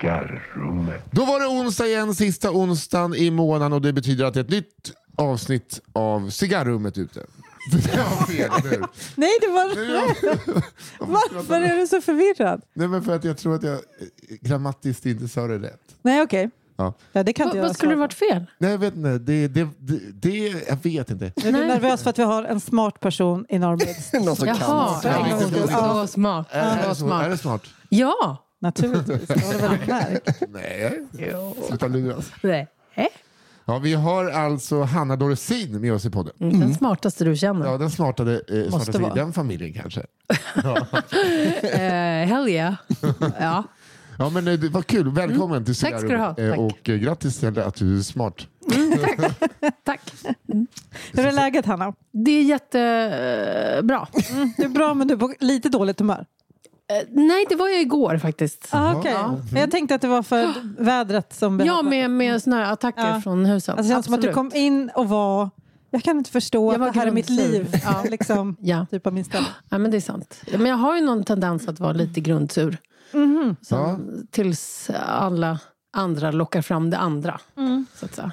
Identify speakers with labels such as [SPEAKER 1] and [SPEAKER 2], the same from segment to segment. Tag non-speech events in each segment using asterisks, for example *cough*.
[SPEAKER 1] Cigarrummet.
[SPEAKER 2] Då var det onsdag igen, sista onsdagen i månaden och det betyder att det är ett nytt avsnitt av Cigarrummet ute. *laughs* Det var fel, eller
[SPEAKER 3] *laughs*
[SPEAKER 2] hur?
[SPEAKER 4] Nej, det var
[SPEAKER 2] Ja.
[SPEAKER 4] Varför är du så förvirrad?
[SPEAKER 2] Nej, men för att jag tror att jag eh, grammatiskt inte sa det rätt.
[SPEAKER 4] Nej, okej.
[SPEAKER 2] Ja.
[SPEAKER 4] Ja, det kan
[SPEAKER 3] Vad,
[SPEAKER 4] inte
[SPEAKER 3] vad
[SPEAKER 4] jag
[SPEAKER 3] skulle det
[SPEAKER 4] svara
[SPEAKER 3] varit fel?
[SPEAKER 2] Nej, jag vet inte. Det, det, det, det, jag vet inte.
[SPEAKER 4] på. Är du nervös för att vi har en smart person i Norrbreds?
[SPEAKER 3] *laughs*
[SPEAKER 5] Någon som
[SPEAKER 3] Jaha,
[SPEAKER 5] kan.
[SPEAKER 2] Ja,
[SPEAKER 3] ja,
[SPEAKER 2] det-
[SPEAKER 3] så smart.
[SPEAKER 2] Är,
[SPEAKER 3] Så
[SPEAKER 2] det så, är det smart?
[SPEAKER 3] smart. Ja.
[SPEAKER 4] Naturligtvis. Det var väl ett märk.
[SPEAKER 2] Nej. Sluta luras.
[SPEAKER 3] Nej.
[SPEAKER 2] Ja, vi har alltså Hanna Dorsin med oss i podden.
[SPEAKER 3] Den smartaste du känner.
[SPEAKER 2] Ja, den smartade, eh, smartaste i
[SPEAKER 3] Mm. vara.
[SPEAKER 2] den familjen kanske.
[SPEAKER 3] Eh, hell *laughs* yeah. ja.
[SPEAKER 2] Ja, men eh, det var kul. Välkommen till
[SPEAKER 3] Mm. Tack ska
[SPEAKER 2] Cigarrummet.
[SPEAKER 3] du ha.
[SPEAKER 2] Eh,
[SPEAKER 3] Tack.
[SPEAKER 2] Och eh, grattis till att du är smart.
[SPEAKER 3] Tack.
[SPEAKER 4] Hur är läget, Hanna?
[SPEAKER 3] Det är eh, jättebra.
[SPEAKER 4] Du är bra, men du är på lite dåligt humör.
[SPEAKER 3] Eh, nej, det var jag igår faktiskt.
[SPEAKER 4] Ah, okay. Jag tänkte att det var för vädret som...
[SPEAKER 3] Mm. Ja, med, med snöattacker
[SPEAKER 4] Ja.
[SPEAKER 3] från husen.
[SPEAKER 4] Alltså, det känns som att du
[SPEAKER 3] Absolut.
[SPEAKER 4] kom in och var... Jag kan inte förstå
[SPEAKER 3] Jag
[SPEAKER 4] att
[SPEAKER 3] var
[SPEAKER 4] det här är mitt
[SPEAKER 3] grundsur.
[SPEAKER 4] liv.
[SPEAKER 3] Ja.
[SPEAKER 4] *laughs* Liksom,
[SPEAKER 3] Ja.
[SPEAKER 4] typ av min
[SPEAKER 3] *gasps*
[SPEAKER 4] ställe.
[SPEAKER 3] ja, men det är sant. Ja, Men jag har ju någon tendens att vara lite grundsur. Sen,
[SPEAKER 2] Ja.
[SPEAKER 3] Tills alla andra lockar fram det andra. Så att säga.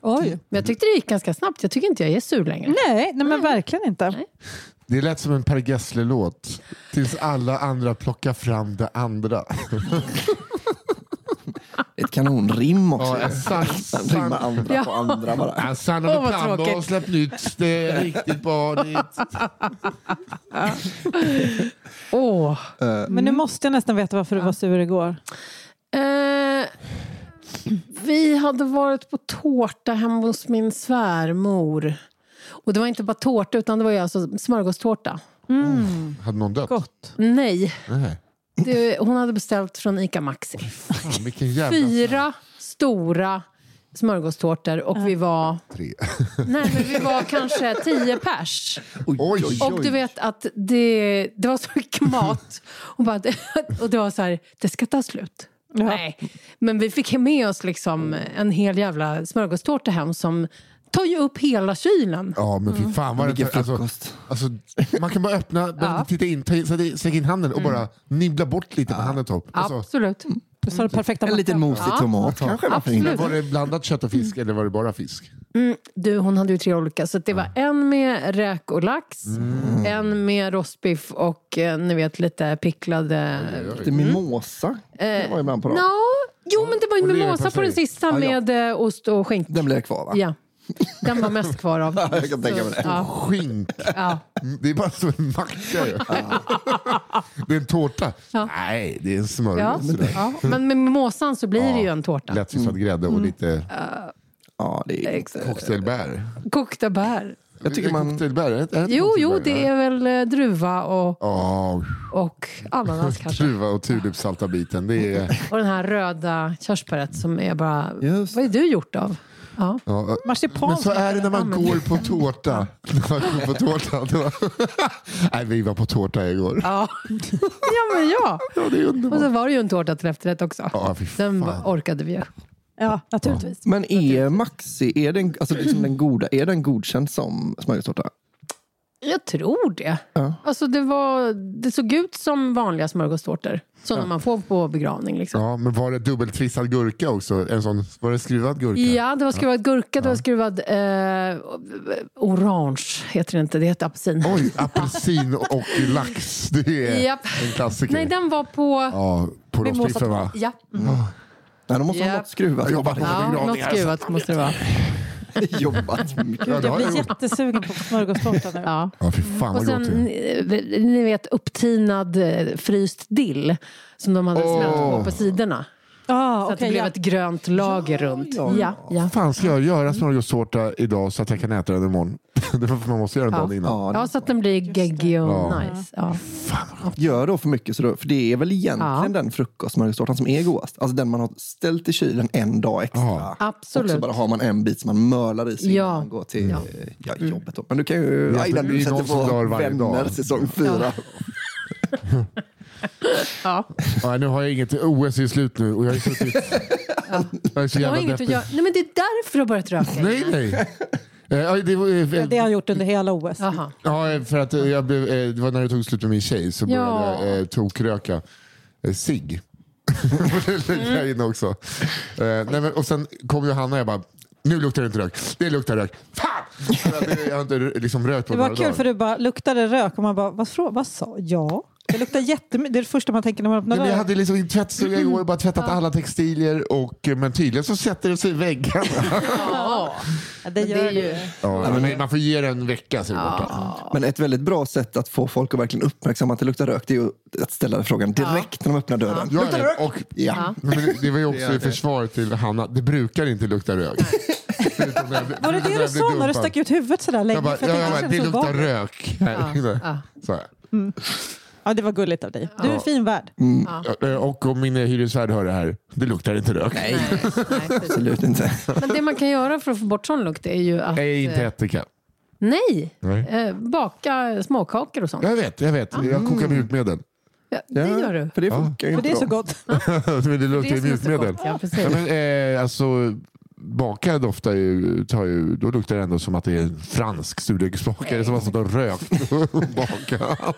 [SPEAKER 4] Oj.
[SPEAKER 3] Men jag tyckte det gick ganska snabbt. Jag tycker inte jag är sur längre.
[SPEAKER 4] Nej, nej, men verkligen inte.
[SPEAKER 2] Det lät som en Per Gessle-låt. Tills alla andra plockar fram det andra.
[SPEAKER 5] Ett kanonrim
[SPEAKER 2] Ja, *laughs*
[SPEAKER 5] också.
[SPEAKER 2] en sann- sann-
[SPEAKER 5] Rimma andra på andra bara.
[SPEAKER 2] Ja, Sanna
[SPEAKER 3] Åh,
[SPEAKER 2] med
[SPEAKER 3] vad
[SPEAKER 2] Plamba har
[SPEAKER 3] tråkigt.
[SPEAKER 2] släppt nytt. Det är riktigt bra. Det är-
[SPEAKER 3] Åh.
[SPEAKER 4] Men nu
[SPEAKER 3] Mm.
[SPEAKER 4] måste jag nästan veta varför du var sur igår.
[SPEAKER 3] Eh, vi hade varit på tårta hemma hos min svärmor. Och det var inte bara tårta, utan det var ju alltså smörgåstårta. Mm.
[SPEAKER 2] Hade någon dött?
[SPEAKER 4] Gott.
[SPEAKER 3] Nej,
[SPEAKER 2] Nej.
[SPEAKER 3] det, hon hade beställt från ICA Maxi.
[SPEAKER 2] Fan, vilken jävla
[SPEAKER 3] Fyra stora smörgåstårtor och vi var,
[SPEAKER 2] tre.
[SPEAKER 3] nej, men vi var kanske tio pers.
[SPEAKER 2] Oj, oj,
[SPEAKER 3] Och du vet att det, det var så
[SPEAKER 5] *laughs*
[SPEAKER 3] mycket mat. Och, bara, *laughs* och det var så här, det ska ta slut. Nej. Men vi fick med oss liksom en hel jävla smörgåstårta hem som tar ju upp hela kylen.
[SPEAKER 2] Ja, men fy fan. Vad
[SPEAKER 5] Vilken
[SPEAKER 2] det, alltså,
[SPEAKER 5] frukost.
[SPEAKER 2] alltså, man kan bara
[SPEAKER 3] *laughs*
[SPEAKER 2] öppna, bara titta in, ta, in- sätta in- sträcka in handen och bara nibbla bort lite med handetopp. Alltså,
[SPEAKER 3] Mm. Absolut.
[SPEAKER 4] Du sa det perfekta
[SPEAKER 5] En liten
[SPEAKER 4] mackan.
[SPEAKER 5] mosig tomat kanske. Varför
[SPEAKER 3] absolut.
[SPEAKER 5] inte?
[SPEAKER 2] var det blandat kött och fisk eller var det bara fisk?
[SPEAKER 3] Du, hon hade ju tre olika. Så det var en med räk och lax,
[SPEAKER 5] Mm.
[SPEAKER 3] en med rostbiff och eh, ni vet lite picklade...
[SPEAKER 5] Lite
[SPEAKER 2] Mm.
[SPEAKER 5] mimosa. Det var ibland på dem.
[SPEAKER 3] Eh, Nå, jo men det var ju
[SPEAKER 2] Och
[SPEAKER 3] en
[SPEAKER 2] leverpastej.
[SPEAKER 3] mimosa på den sista
[SPEAKER 5] Ja, ja.
[SPEAKER 3] med eh, ost och skinka.
[SPEAKER 5] Den blev kvar va?
[SPEAKER 3] Ja. Den var mest kvar
[SPEAKER 5] *laughs*
[SPEAKER 3] av.
[SPEAKER 5] jag kan tänka mig det.
[SPEAKER 3] Ja,
[SPEAKER 2] Skink.
[SPEAKER 3] ja.
[SPEAKER 2] Det är bara som en macka.
[SPEAKER 3] *laughs*
[SPEAKER 2] ju. Det är en tårta. Nej, det är en
[SPEAKER 3] Ja,
[SPEAKER 2] smörgås. sådär.
[SPEAKER 3] ja. Men med mimosan så blir det ju en tårta.
[SPEAKER 2] Lättfisad grädde
[SPEAKER 3] Mm.
[SPEAKER 2] och lite
[SPEAKER 5] Ja, det är...
[SPEAKER 3] Exakt.
[SPEAKER 2] cocktailbär.
[SPEAKER 3] Kokta bär.
[SPEAKER 5] Jag tycker man...
[SPEAKER 2] Cocktailbär, är det inte
[SPEAKER 3] Jo, jo,
[SPEAKER 2] cocktailbär?
[SPEAKER 3] det är väl eh, druva och,
[SPEAKER 2] Ja,
[SPEAKER 3] och ananas kanske.
[SPEAKER 2] Druva och tulipsalta biten. Det är,
[SPEAKER 3] Och den här röda körsbäret som är bara...
[SPEAKER 5] Just.
[SPEAKER 3] Vad är du gjort av? Ja.
[SPEAKER 2] ja,
[SPEAKER 4] Marsipan.
[SPEAKER 2] men så är det när man går på tårta. När man går på tårta. det var- Nej, vi var *laughs* på tårta igår.
[SPEAKER 3] Ja. ja, men ja.
[SPEAKER 2] Ja, det är
[SPEAKER 3] Och så
[SPEAKER 2] underbart.
[SPEAKER 3] var det ju en tårta till efterrätt också.
[SPEAKER 2] Ja, fy
[SPEAKER 3] Den
[SPEAKER 2] fan.
[SPEAKER 3] orkade vi ju.
[SPEAKER 4] Ja, naturligtvis.
[SPEAKER 5] Men är Maxi, är den, alltså liksom den goda, är den godkänd som smörgåstårta?
[SPEAKER 3] Jag tror det.
[SPEAKER 5] Ja.
[SPEAKER 3] Alltså det, var, det såg ut som vanliga smörgåstårtor. Sådana man får på begravning. Liksom.
[SPEAKER 2] Ja, men var det dubbeltvissad gurka också? En sån, var det skruvad gurka?
[SPEAKER 3] Ja, det var skruvad gurka, det var skruvad eh, orange, heter det inte, det heter apelsin.
[SPEAKER 2] Oj, apelsin och lax. Det är
[SPEAKER 3] Japp.
[SPEAKER 2] en klassiker.
[SPEAKER 3] Nej, den var på...
[SPEAKER 2] Ja, på rostbiffen va?
[SPEAKER 3] Ja,
[SPEAKER 5] Nej, de måste ha
[SPEAKER 3] Ja.
[SPEAKER 5] något skruvat.
[SPEAKER 2] Jobbat på.
[SPEAKER 3] ja något
[SPEAKER 5] begravningar,
[SPEAKER 3] skruvat måste det vara.
[SPEAKER 5] *laughs* Jobbat mycket.
[SPEAKER 2] Ja,
[SPEAKER 4] Gud,
[SPEAKER 2] det
[SPEAKER 4] jag
[SPEAKER 2] har jag
[SPEAKER 4] blir
[SPEAKER 2] gjort.
[SPEAKER 4] jättesugen på smörgåstårta nu.
[SPEAKER 3] *laughs* Ja.
[SPEAKER 2] Ja, fy fan
[SPEAKER 3] Och
[SPEAKER 2] vad gott det
[SPEAKER 3] sen,
[SPEAKER 2] är.
[SPEAKER 3] eh, ni vet, upptinad eh, fryst dill som de hade
[SPEAKER 2] Åh.
[SPEAKER 3] smält på på sidorna.
[SPEAKER 4] Ah,
[SPEAKER 3] Så att det
[SPEAKER 4] okej,
[SPEAKER 3] blev
[SPEAKER 4] ja.
[SPEAKER 3] ett grönt lager runt. Ja, ja.
[SPEAKER 2] Vad
[SPEAKER 3] ja.
[SPEAKER 2] fan ska jag göra smörgåstårta idag så att jag kan äta den imorgon? *laughs* det är varför man måste göra den
[SPEAKER 3] Ja.
[SPEAKER 2] dagen innan.
[SPEAKER 5] Ja,
[SPEAKER 3] så att den blir geggig och
[SPEAKER 2] Ja.
[SPEAKER 3] nice. Ja.
[SPEAKER 5] gör då för mycket, så då, för det är väl egentligen
[SPEAKER 3] Ja.
[SPEAKER 5] den frukostmörgåstårtan som är godast. Alltså den man har ställt i kylen en dag extra.
[SPEAKER 2] Ja.
[SPEAKER 5] Och så
[SPEAKER 3] Absolut.
[SPEAKER 5] bara har man en bit som man mölar i sig
[SPEAKER 3] Ja.
[SPEAKER 5] innan man går till
[SPEAKER 3] Ja.
[SPEAKER 5] ja. Ja,
[SPEAKER 2] Mm.
[SPEAKER 5] jobbet. Då. Men du kan ju...
[SPEAKER 2] Ja,
[SPEAKER 5] Ja, innan
[SPEAKER 2] det är ju
[SPEAKER 5] du sätter
[SPEAKER 2] någon som dör
[SPEAKER 5] på
[SPEAKER 2] varje dag.
[SPEAKER 5] Vänner säsong fyra.
[SPEAKER 3] Ja.
[SPEAKER 2] Nej, nu har jag inget. OS är slut nu och jag är
[SPEAKER 3] *laughs*
[SPEAKER 2] suttit... Jag är så
[SPEAKER 3] Jag har
[SPEAKER 2] jävla
[SPEAKER 3] inget att
[SPEAKER 2] deppig.
[SPEAKER 3] göra. Nej, men det är därför du har börjat röka.
[SPEAKER 2] Nej, nej. Eh, ja, det, var, eh,
[SPEAKER 4] Det har jag gjort under hela OS.
[SPEAKER 3] Jaha.
[SPEAKER 2] ja, för att eh, jag blev, eh, det var när det tog slut med min tjej så
[SPEAKER 3] Ja.
[SPEAKER 4] *laughs*
[SPEAKER 2] började jag eh, tokröka eh, cigg. Det lägger jag in också. Eh, nej, men, och sen kom Johanna och jag bara, nu luktar det inte rök. Det luktar rök. Fan! För att det- Jag har inte liksom rökt på
[SPEAKER 4] Det
[SPEAKER 2] några
[SPEAKER 4] var kul
[SPEAKER 2] dagar.
[SPEAKER 4] för du bara luktade rök och man bara, vad, frå- vad sa jag? Det luktar jättemycket. Det är det första man tänker när man öppnar
[SPEAKER 2] Nej, men jag
[SPEAKER 4] dörren.
[SPEAKER 2] hade liksom i en tvättstuga igår och bara tvättat alla textilier och, men tydligen så sätter det sig i väggarna.
[SPEAKER 3] Ja,
[SPEAKER 4] Ja, det gör
[SPEAKER 3] ju-
[SPEAKER 4] det.
[SPEAKER 2] Ja, men man får ge det en vecka så är det borta.
[SPEAKER 5] Men ett väldigt bra sätt att få folk att verkligen uppmärksamma att det luktar rök, det är ju att ställa den frågan direkt när de öppnar dörren.
[SPEAKER 2] Ja,
[SPEAKER 5] Luktar det
[SPEAKER 2] ja,
[SPEAKER 5] rök?
[SPEAKER 2] och,
[SPEAKER 5] Ja.
[SPEAKER 2] men det- det var ju
[SPEAKER 5] Det
[SPEAKER 2] också
[SPEAKER 5] gör
[SPEAKER 2] i
[SPEAKER 5] det.
[SPEAKER 2] försvar till Hanna, det brukar inte lukta rök. Förutom när jag blir-
[SPEAKER 4] Var det det
[SPEAKER 2] när
[SPEAKER 4] du
[SPEAKER 2] jag blir
[SPEAKER 4] sa när du
[SPEAKER 2] dumpad.
[SPEAKER 4] stack ut huvudet sådär länge?
[SPEAKER 2] Jag bara,
[SPEAKER 4] För
[SPEAKER 2] ja,
[SPEAKER 4] att
[SPEAKER 2] jag
[SPEAKER 4] inte
[SPEAKER 2] bara,
[SPEAKER 4] kändes
[SPEAKER 2] det
[SPEAKER 4] så
[SPEAKER 2] luktar
[SPEAKER 4] obehagligt.
[SPEAKER 2] rök här inne.
[SPEAKER 3] ja.
[SPEAKER 2] Så här.
[SPEAKER 4] Ja, det var gulligt av dig. Du är en fin värd.
[SPEAKER 2] Eh, Och om min hyresvärd hör det här, det luktar inte rök. Nej,
[SPEAKER 3] Nej, nej, precis.
[SPEAKER 5] Absolut inte.
[SPEAKER 3] Men det man kan göra för att få bort sån lukt är ju att...
[SPEAKER 2] inte ättika.
[SPEAKER 3] Nej!
[SPEAKER 2] Nej.
[SPEAKER 3] Eh, baka småkakor och sånt.
[SPEAKER 2] Jag vet, jag vet. Jag kokar mjukmedel. *laughs*
[SPEAKER 3] Ja, det gör du.
[SPEAKER 5] För det funkar ju
[SPEAKER 4] För
[SPEAKER 5] inte
[SPEAKER 4] det är så
[SPEAKER 5] bra.
[SPEAKER 4] gott.
[SPEAKER 2] Men det
[SPEAKER 3] Det
[SPEAKER 2] luktar
[SPEAKER 3] är
[SPEAKER 2] ju
[SPEAKER 3] som är så
[SPEAKER 2] mjukmedel.
[SPEAKER 3] gott, ja,
[SPEAKER 2] Ja,
[SPEAKER 3] precis.
[SPEAKER 2] men, eh, alltså, baka doftar ju, tar ju, då luktar det ändå som att det är en fransk surdegsbakare som har stått och rökt och bakat.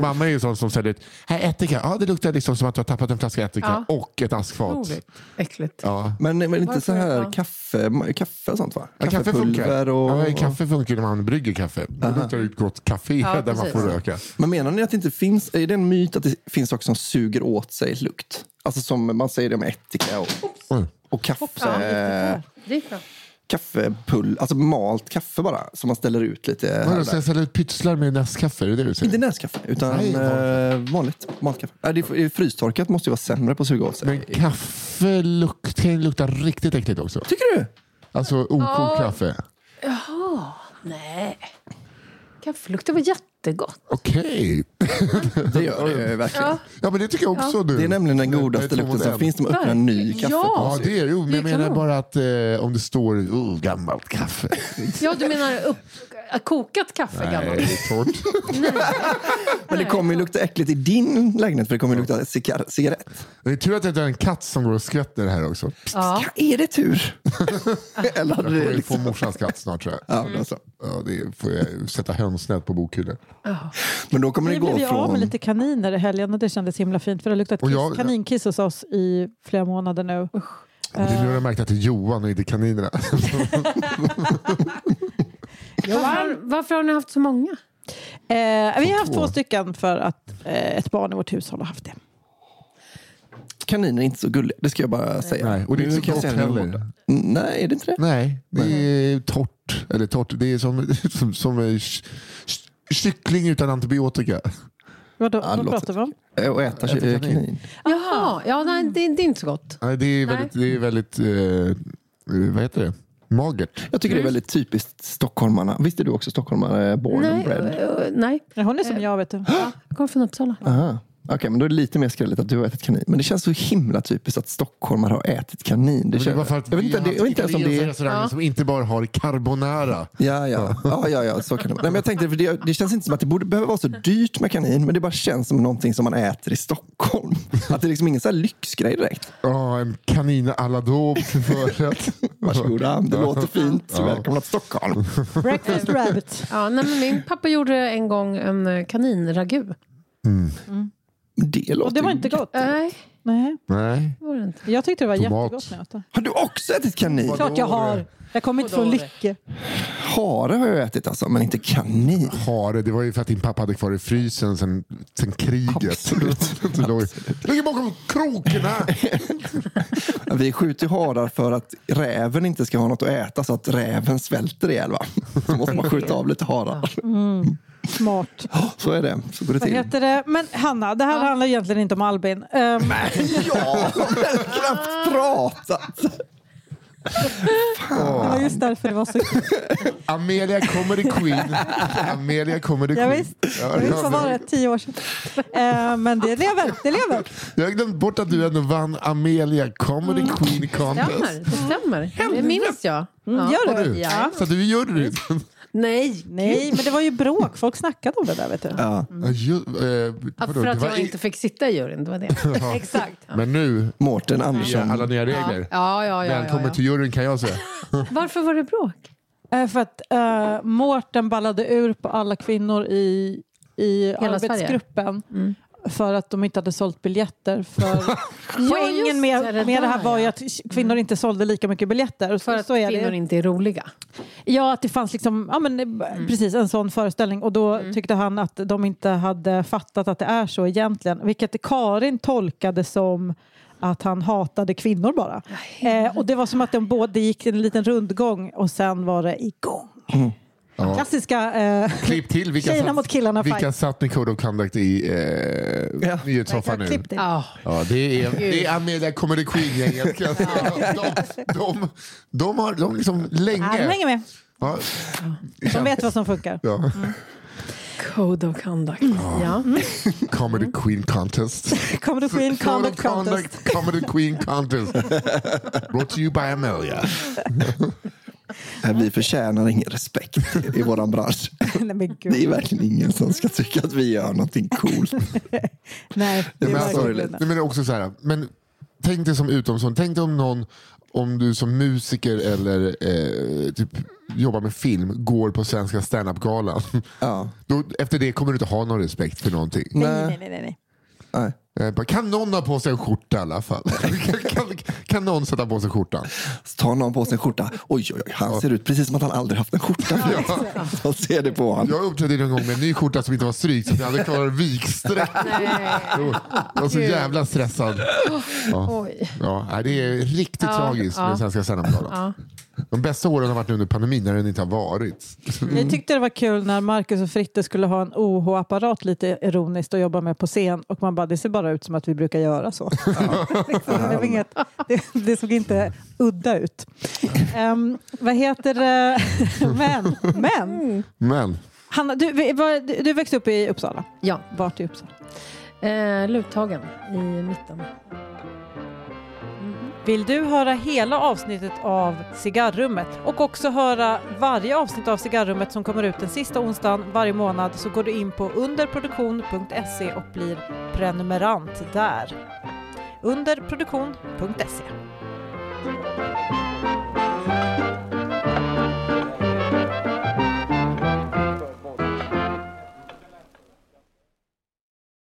[SPEAKER 2] Mamma är ju sån som säger här ättika, ja, det luktar liksom som att du har tappat en flaska ättika och ett askfat.
[SPEAKER 3] Otroligt äckligt.
[SPEAKER 2] Ja.
[SPEAKER 5] Men, men inte
[SPEAKER 3] Varför
[SPEAKER 5] så
[SPEAKER 3] är det
[SPEAKER 5] här
[SPEAKER 3] bra?
[SPEAKER 5] kaffe, kaffe och sånt va?
[SPEAKER 2] Ja, kaffe funkar.
[SPEAKER 5] och...
[SPEAKER 2] Ja, kaffe funkar när man brygger kaffe. Då luktar det ju gott kafé
[SPEAKER 3] Ja,
[SPEAKER 2] där man
[SPEAKER 3] precis.
[SPEAKER 2] får röka.
[SPEAKER 5] Men menar ni att det inte finns, är det en myt att det finns saker som suger åt sig lukt? Alltså som man säger det om ättika och,
[SPEAKER 2] Oj.
[SPEAKER 5] och
[SPEAKER 3] Ja,
[SPEAKER 5] kaffe,
[SPEAKER 3] riktigt bra. Det är bra.
[SPEAKER 5] kaffepull, alltså malt kaffe bara som man ställer ut lite. här och
[SPEAKER 2] Vadå,
[SPEAKER 5] där.
[SPEAKER 2] så jag säljer ut pytslar med Nescafé? Är det det du
[SPEAKER 5] Inte
[SPEAKER 2] säger?
[SPEAKER 5] näskaffe, utan
[SPEAKER 2] Nej,
[SPEAKER 5] eh, vanligt malt kaffe. Äh, det är, frystorkat måste ju vara sämre på att suga åt sig.
[SPEAKER 2] Men kaffe luk- kan ju lukta riktigt äckligt också.
[SPEAKER 5] Tycker du?
[SPEAKER 2] Alltså okokt kaffe.
[SPEAKER 3] Nej. Kaffelukten var jättegott.
[SPEAKER 2] Okej.
[SPEAKER 5] Det gör det ju verkligen.
[SPEAKER 2] Ja, men det tycker jag också nu.
[SPEAKER 5] Det är nämligen den
[SPEAKER 2] Det
[SPEAKER 5] godaste
[SPEAKER 2] är två
[SPEAKER 5] lukten
[SPEAKER 2] mot en.
[SPEAKER 5] som finns när man öppnar en ny
[SPEAKER 3] Verkligen.
[SPEAKER 5] kaffe.
[SPEAKER 3] Ja.
[SPEAKER 2] Ja, det är jo, men jag
[SPEAKER 3] Det kan
[SPEAKER 2] menar
[SPEAKER 3] vara.
[SPEAKER 2] bara att eh, om det står oh, gammalt kaffe. *laughs*
[SPEAKER 3] Ja, du menar upp, kokat kaffe
[SPEAKER 2] Nej,
[SPEAKER 3] gammalt?
[SPEAKER 2] det är torrt.
[SPEAKER 5] Men det kommer ju lukta äckligt i din lägenhet för det kommer ju lukta cigar- cigarett.
[SPEAKER 2] Det är tur att det inte är en katt som går och skvätter här också.
[SPEAKER 3] Ja.
[SPEAKER 5] Ja, är
[SPEAKER 2] *laughs*
[SPEAKER 5] det tur? Eller
[SPEAKER 2] Jag
[SPEAKER 5] hade
[SPEAKER 2] kommer
[SPEAKER 5] det
[SPEAKER 2] få
[SPEAKER 5] liksom...
[SPEAKER 2] morsans katt snart tror jag.
[SPEAKER 5] Ja, men alltså.
[SPEAKER 2] Ja, det får jag sätta hönsnät på bokhyllan.
[SPEAKER 5] Men då kommer det
[SPEAKER 4] Nu blev
[SPEAKER 5] gå
[SPEAKER 4] vi av med
[SPEAKER 5] från...
[SPEAKER 4] lite kaniner i helgen och det kändes himla fint för det har luktat
[SPEAKER 2] Och
[SPEAKER 4] kiss,
[SPEAKER 2] jag-
[SPEAKER 4] kaninkiss hos oss i flera månader nu.
[SPEAKER 2] Och Det är nu jag har märkt att det är Johan och inte kaninerna.
[SPEAKER 3] Varför, varför har ni haft så många?
[SPEAKER 4] Eh, vi har haft
[SPEAKER 2] två.
[SPEAKER 4] två stycken för att eh, ett barn i vårt hushåll har haft det.
[SPEAKER 5] Kaniner är inte så gulliga, det ska jag bara säga.
[SPEAKER 2] Nej, och det är
[SPEAKER 5] Nu
[SPEAKER 2] inte så
[SPEAKER 5] kan jag
[SPEAKER 2] gott
[SPEAKER 5] säga det.
[SPEAKER 2] heller.
[SPEAKER 5] Nej, är det inte det?
[SPEAKER 2] Nej, det är torrt. Eller torrt, det är som, *laughs* som, som eh, ky- kyckling utan antibiotika.
[SPEAKER 4] Vadå,
[SPEAKER 5] Ja, det
[SPEAKER 4] vad
[SPEAKER 5] låter
[SPEAKER 4] pratar vi om?
[SPEAKER 5] Eh, Och äta
[SPEAKER 2] Äta
[SPEAKER 5] kanin.
[SPEAKER 2] kanin.
[SPEAKER 5] kanin.
[SPEAKER 3] Jaha, ja, nej, det, det är inte så gott.
[SPEAKER 2] Nej, det är väldigt, det är väldigt eh, vad heter det? Magert.
[SPEAKER 5] Jag tycker det är
[SPEAKER 4] Mm.
[SPEAKER 5] väldigt typiskt stockholmarna. Visst är du också stockholmare, born and
[SPEAKER 3] Nej,
[SPEAKER 5] bred?
[SPEAKER 3] eh, nej.
[SPEAKER 4] Ja, Hon är som jag vet du.
[SPEAKER 3] jag kommer från Uppsala.
[SPEAKER 5] Aha. Okej, men då är det lite mer skrälligt att du har ätit kanin. Men det känns så himla typiskt att stockholmare har ätit kanin. Det
[SPEAKER 2] Men det
[SPEAKER 5] känns-
[SPEAKER 2] var för att
[SPEAKER 5] jag vet inte, det, jag vet inte ens om det är...
[SPEAKER 2] restauranger som inte bara har carbonara.
[SPEAKER 5] Ja, ja. ja, ja, ja så kan det vara. Nej, men jag tänkte, för det, det känns inte som att det borde behöva vara så dyrt med kanin, men det bara känns som någonting som man äter
[SPEAKER 2] *laughs*
[SPEAKER 5] i Stockholm. Att det är liksom ingen så här lyxgrej direkt.
[SPEAKER 2] Ja, en kanin à la daube till *laughs* förrätt.
[SPEAKER 5] Varsågoda, det låter fint.
[SPEAKER 2] Ja.
[SPEAKER 5] Välkomna till Stockholm.
[SPEAKER 4] Breakfast *laughs* rabbit.
[SPEAKER 3] Ja, nej, men min pappa gjorde en gång en eh, kaninragu.
[SPEAKER 5] Det låter
[SPEAKER 4] Och det var inte gott.
[SPEAKER 3] Nej,
[SPEAKER 4] Nej.
[SPEAKER 2] Nej.
[SPEAKER 3] det var det inte.
[SPEAKER 4] Jag tyckte det var
[SPEAKER 2] Tomat.
[SPEAKER 4] jättegott när jag åt det.
[SPEAKER 5] Har du också ätit kanin?
[SPEAKER 4] Klart jag har. Jag kommer inte från Lycke.
[SPEAKER 5] Hare har jag ätit alltså, men inte kanin.
[SPEAKER 2] Hare, det var ju för att din pappa hade kvar i frysen sen, sen kriget.
[SPEAKER 5] Absolut.
[SPEAKER 2] Det *laughs* låg- Ligger bakom kroken
[SPEAKER 5] *laughs*
[SPEAKER 2] här.
[SPEAKER 5] Vi skjuter ju harar för att räven inte ska ha något att äta så att räven svälter ihjäl. Va? Så måste man skjuta av lite harar.
[SPEAKER 4] Smart.
[SPEAKER 5] *gasps* Så är det. Så går det
[SPEAKER 4] Vad
[SPEAKER 5] till.
[SPEAKER 4] heter det? Men Hanna, det här handlar egentligen inte om Albin. Ehm,
[SPEAKER 5] Ja, knappt pratat.
[SPEAKER 4] det var just därför det var så
[SPEAKER 2] Amelia Comedy Queen. Amelia Comedy
[SPEAKER 4] Ja,
[SPEAKER 2] Queen.
[SPEAKER 4] visst. Jag visste vad var det, tio år sedan. Eh, men det lever, det lever.
[SPEAKER 2] Jag har glömt bort att du ändå vann Amelia Comedy Queen
[SPEAKER 3] Stämmer,
[SPEAKER 2] Contest.
[SPEAKER 3] det stämmer. Det minns jag.
[SPEAKER 4] Mm, gör
[SPEAKER 2] Har
[SPEAKER 4] du?
[SPEAKER 2] du?
[SPEAKER 4] Ja.
[SPEAKER 2] Så du gjorde det.
[SPEAKER 5] *laughs*
[SPEAKER 3] Nej,
[SPEAKER 4] Nej, men det var ju bråk. Folk snackade om det där. vet du.
[SPEAKER 5] Ja.
[SPEAKER 2] Ja, ju, eh,
[SPEAKER 3] att
[SPEAKER 2] vadå,
[SPEAKER 3] för
[SPEAKER 2] det
[SPEAKER 3] att
[SPEAKER 2] var
[SPEAKER 3] jag
[SPEAKER 2] i-
[SPEAKER 3] inte fick sitta i juryn, det var det.
[SPEAKER 2] *laughs*
[SPEAKER 3] Exakt. Ja,
[SPEAKER 2] Men nu,
[SPEAKER 5] Mårten
[SPEAKER 2] ja,
[SPEAKER 5] Andersson.
[SPEAKER 2] alla nya regler.
[SPEAKER 3] ja, ja. ja,
[SPEAKER 2] Välkommen
[SPEAKER 3] ja,
[SPEAKER 2] till juryn kan jag säga.
[SPEAKER 3] ja. Varför var det bråk?
[SPEAKER 4] Eh, för att uh, Mårten ballade ur på alla kvinnor i, i
[SPEAKER 3] Hela Mm.
[SPEAKER 4] arbetsgruppen. för att de inte hade sålt biljetter. För
[SPEAKER 3] *laughs*
[SPEAKER 4] poängen med,
[SPEAKER 3] det där,
[SPEAKER 4] med det här var ju
[SPEAKER 3] ja. Mm.
[SPEAKER 4] att kvinnor inte sålde lika mycket biljetter.
[SPEAKER 3] För att
[SPEAKER 4] så är
[SPEAKER 3] kvinnor
[SPEAKER 4] det.
[SPEAKER 3] inte är roliga.
[SPEAKER 4] Ja, att det fanns liksom, ja, men, precis en sån föreställning. Och då tyckte han att de inte hade fattat att det är så egentligen. Vilket Karin tolkade som att han hatade kvinnor bara. Eh, och det var som att de båda gick en liten rundgång och sen var det igång.
[SPEAKER 2] Ja.
[SPEAKER 4] Klassiska eh,
[SPEAKER 2] Klipp till. Vilka
[SPEAKER 4] Tjejerna mot killarna,
[SPEAKER 2] Vilka
[SPEAKER 4] fight.
[SPEAKER 2] satt med Code of Conduct i eh,
[SPEAKER 5] Ja.
[SPEAKER 2] nyhetssoffan nu?
[SPEAKER 4] klipp. det.
[SPEAKER 3] Ja.
[SPEAKER 2] Ja, det är, det är Amelia Comedy Queen-gänget. kan jag säga. De, de, de har de liksom
[SPEAKER 4] Ja, de hänger
[SPEAKER 2] länge...
[SPEAKER 4] med.
[SPEAKER 2] Ja,
[SPEAKER 4] De vet vad som funkar.
[SPEAKER 2] ja.
[SPEAKER 3] Code of conduct. Mm.
[SPEAKER 2] Ah.
[SPEAKER 3] Ja. *laughs*
[SPEAKER 2] Comedy Queen Contest.
[SPEAKER 4] Comedy Queen
[SPEAKER 2] Code
[SPEAKER 4] Conduct
[SPEAKER 2] of
[SPEAKER 4] Contest.
[SPEAKER 2] Conduct Comedy Queen Contest. Brought to you by Amelia.
[SPEAKER 5] Nej, Vi förtjänar ingen respekt i vår bransch.
[SPEAKER 4] *laughs* Nej, men
[SPEAKER 5] Det är
[SPEAKER 4] gud.
[SPEAKER 5] verkligen ingen som ska tycka att vi gör någonting coolt.
[SPEAKER 4] Nej, det är
[SPEAKER 2] men, alltså,
[SPEAKER 4] verkligen
[SPEAKER 5] sorgligt.
[SPEAKER 2] nej, men det är också så här, men tänk dig som utomstående, tänk dig om någon, om du som musiker eller eh, typ jobbar med film, går på Svenska standup-galan.
[SPEAKER 5] Ja.
[SPEAKER 2] *laughs* Då- Efter det kommer du inte ha någon respekt för någonting.
[SPEAKER 4] Nej, nej, nej, nej, nej.
[SPEAKER 5] Nej.
[SPEAKER 2] Eh, bara, Kan någon ha på sig en skjorta i alla fall? *laughs* kan, kan, kan någon sätta på sig skjortan?
[SPEAKER 5] Så tar någon på sig en skjorta. Oj, oj, oj, han ser ut precis som att han aldrig haft en skjorta förut. Man ser det på honom.
[SPEAKER 2] Jag uppträdde en gång med en ny skjorta som inte var strykt så att jag hade klarat viksträck. Jag var så jävla stressad. Ja.
[SPEAKER 3] Oj.
[SPEAKER 2] Ja, nej, det är riktigt
[SPEAKER 3] Ja,
[SPEAKER 2] tragiskt med
[SPEAKER 3] ja.
[SPEAKER 2] Svenska standup-galan.
[SPEAKER 3] Ja.
[SPEAKER 2] De bästa åren har varit nu under pandemin när den inte har varit.
[SPEAKER 4] Jag tyckte det var kul när Marcus och Fritte skulle ha en OH-apparat lite ironiskt och jobba med på scen och man bara, det ser bara ut som att vi brukar göra så. *laughs* liksom, det, var inget, det, det såg inte udda ut. Ehm, vad heter det? *laughs* men, men.
[SPEAKER 2] Men
[SPEAKER 4] Hanna, du, vi- var- du, du växte upp i Uppsala.
[SPEAKER 3] ja.
[SPEAKER 4] Vart i Uppsala?
[SPEAKER 3] Eh, Luthagen i mitten. Mm.
[SPEAKER 4] Vill du höra hela avsnittet av Cigarrummet och också höra varje avsnitt av Cigarrummet som kommer ut den sista onsdagen varje månad så går du in på underproduktion.se och blir prenumerant där. Underproduktion.se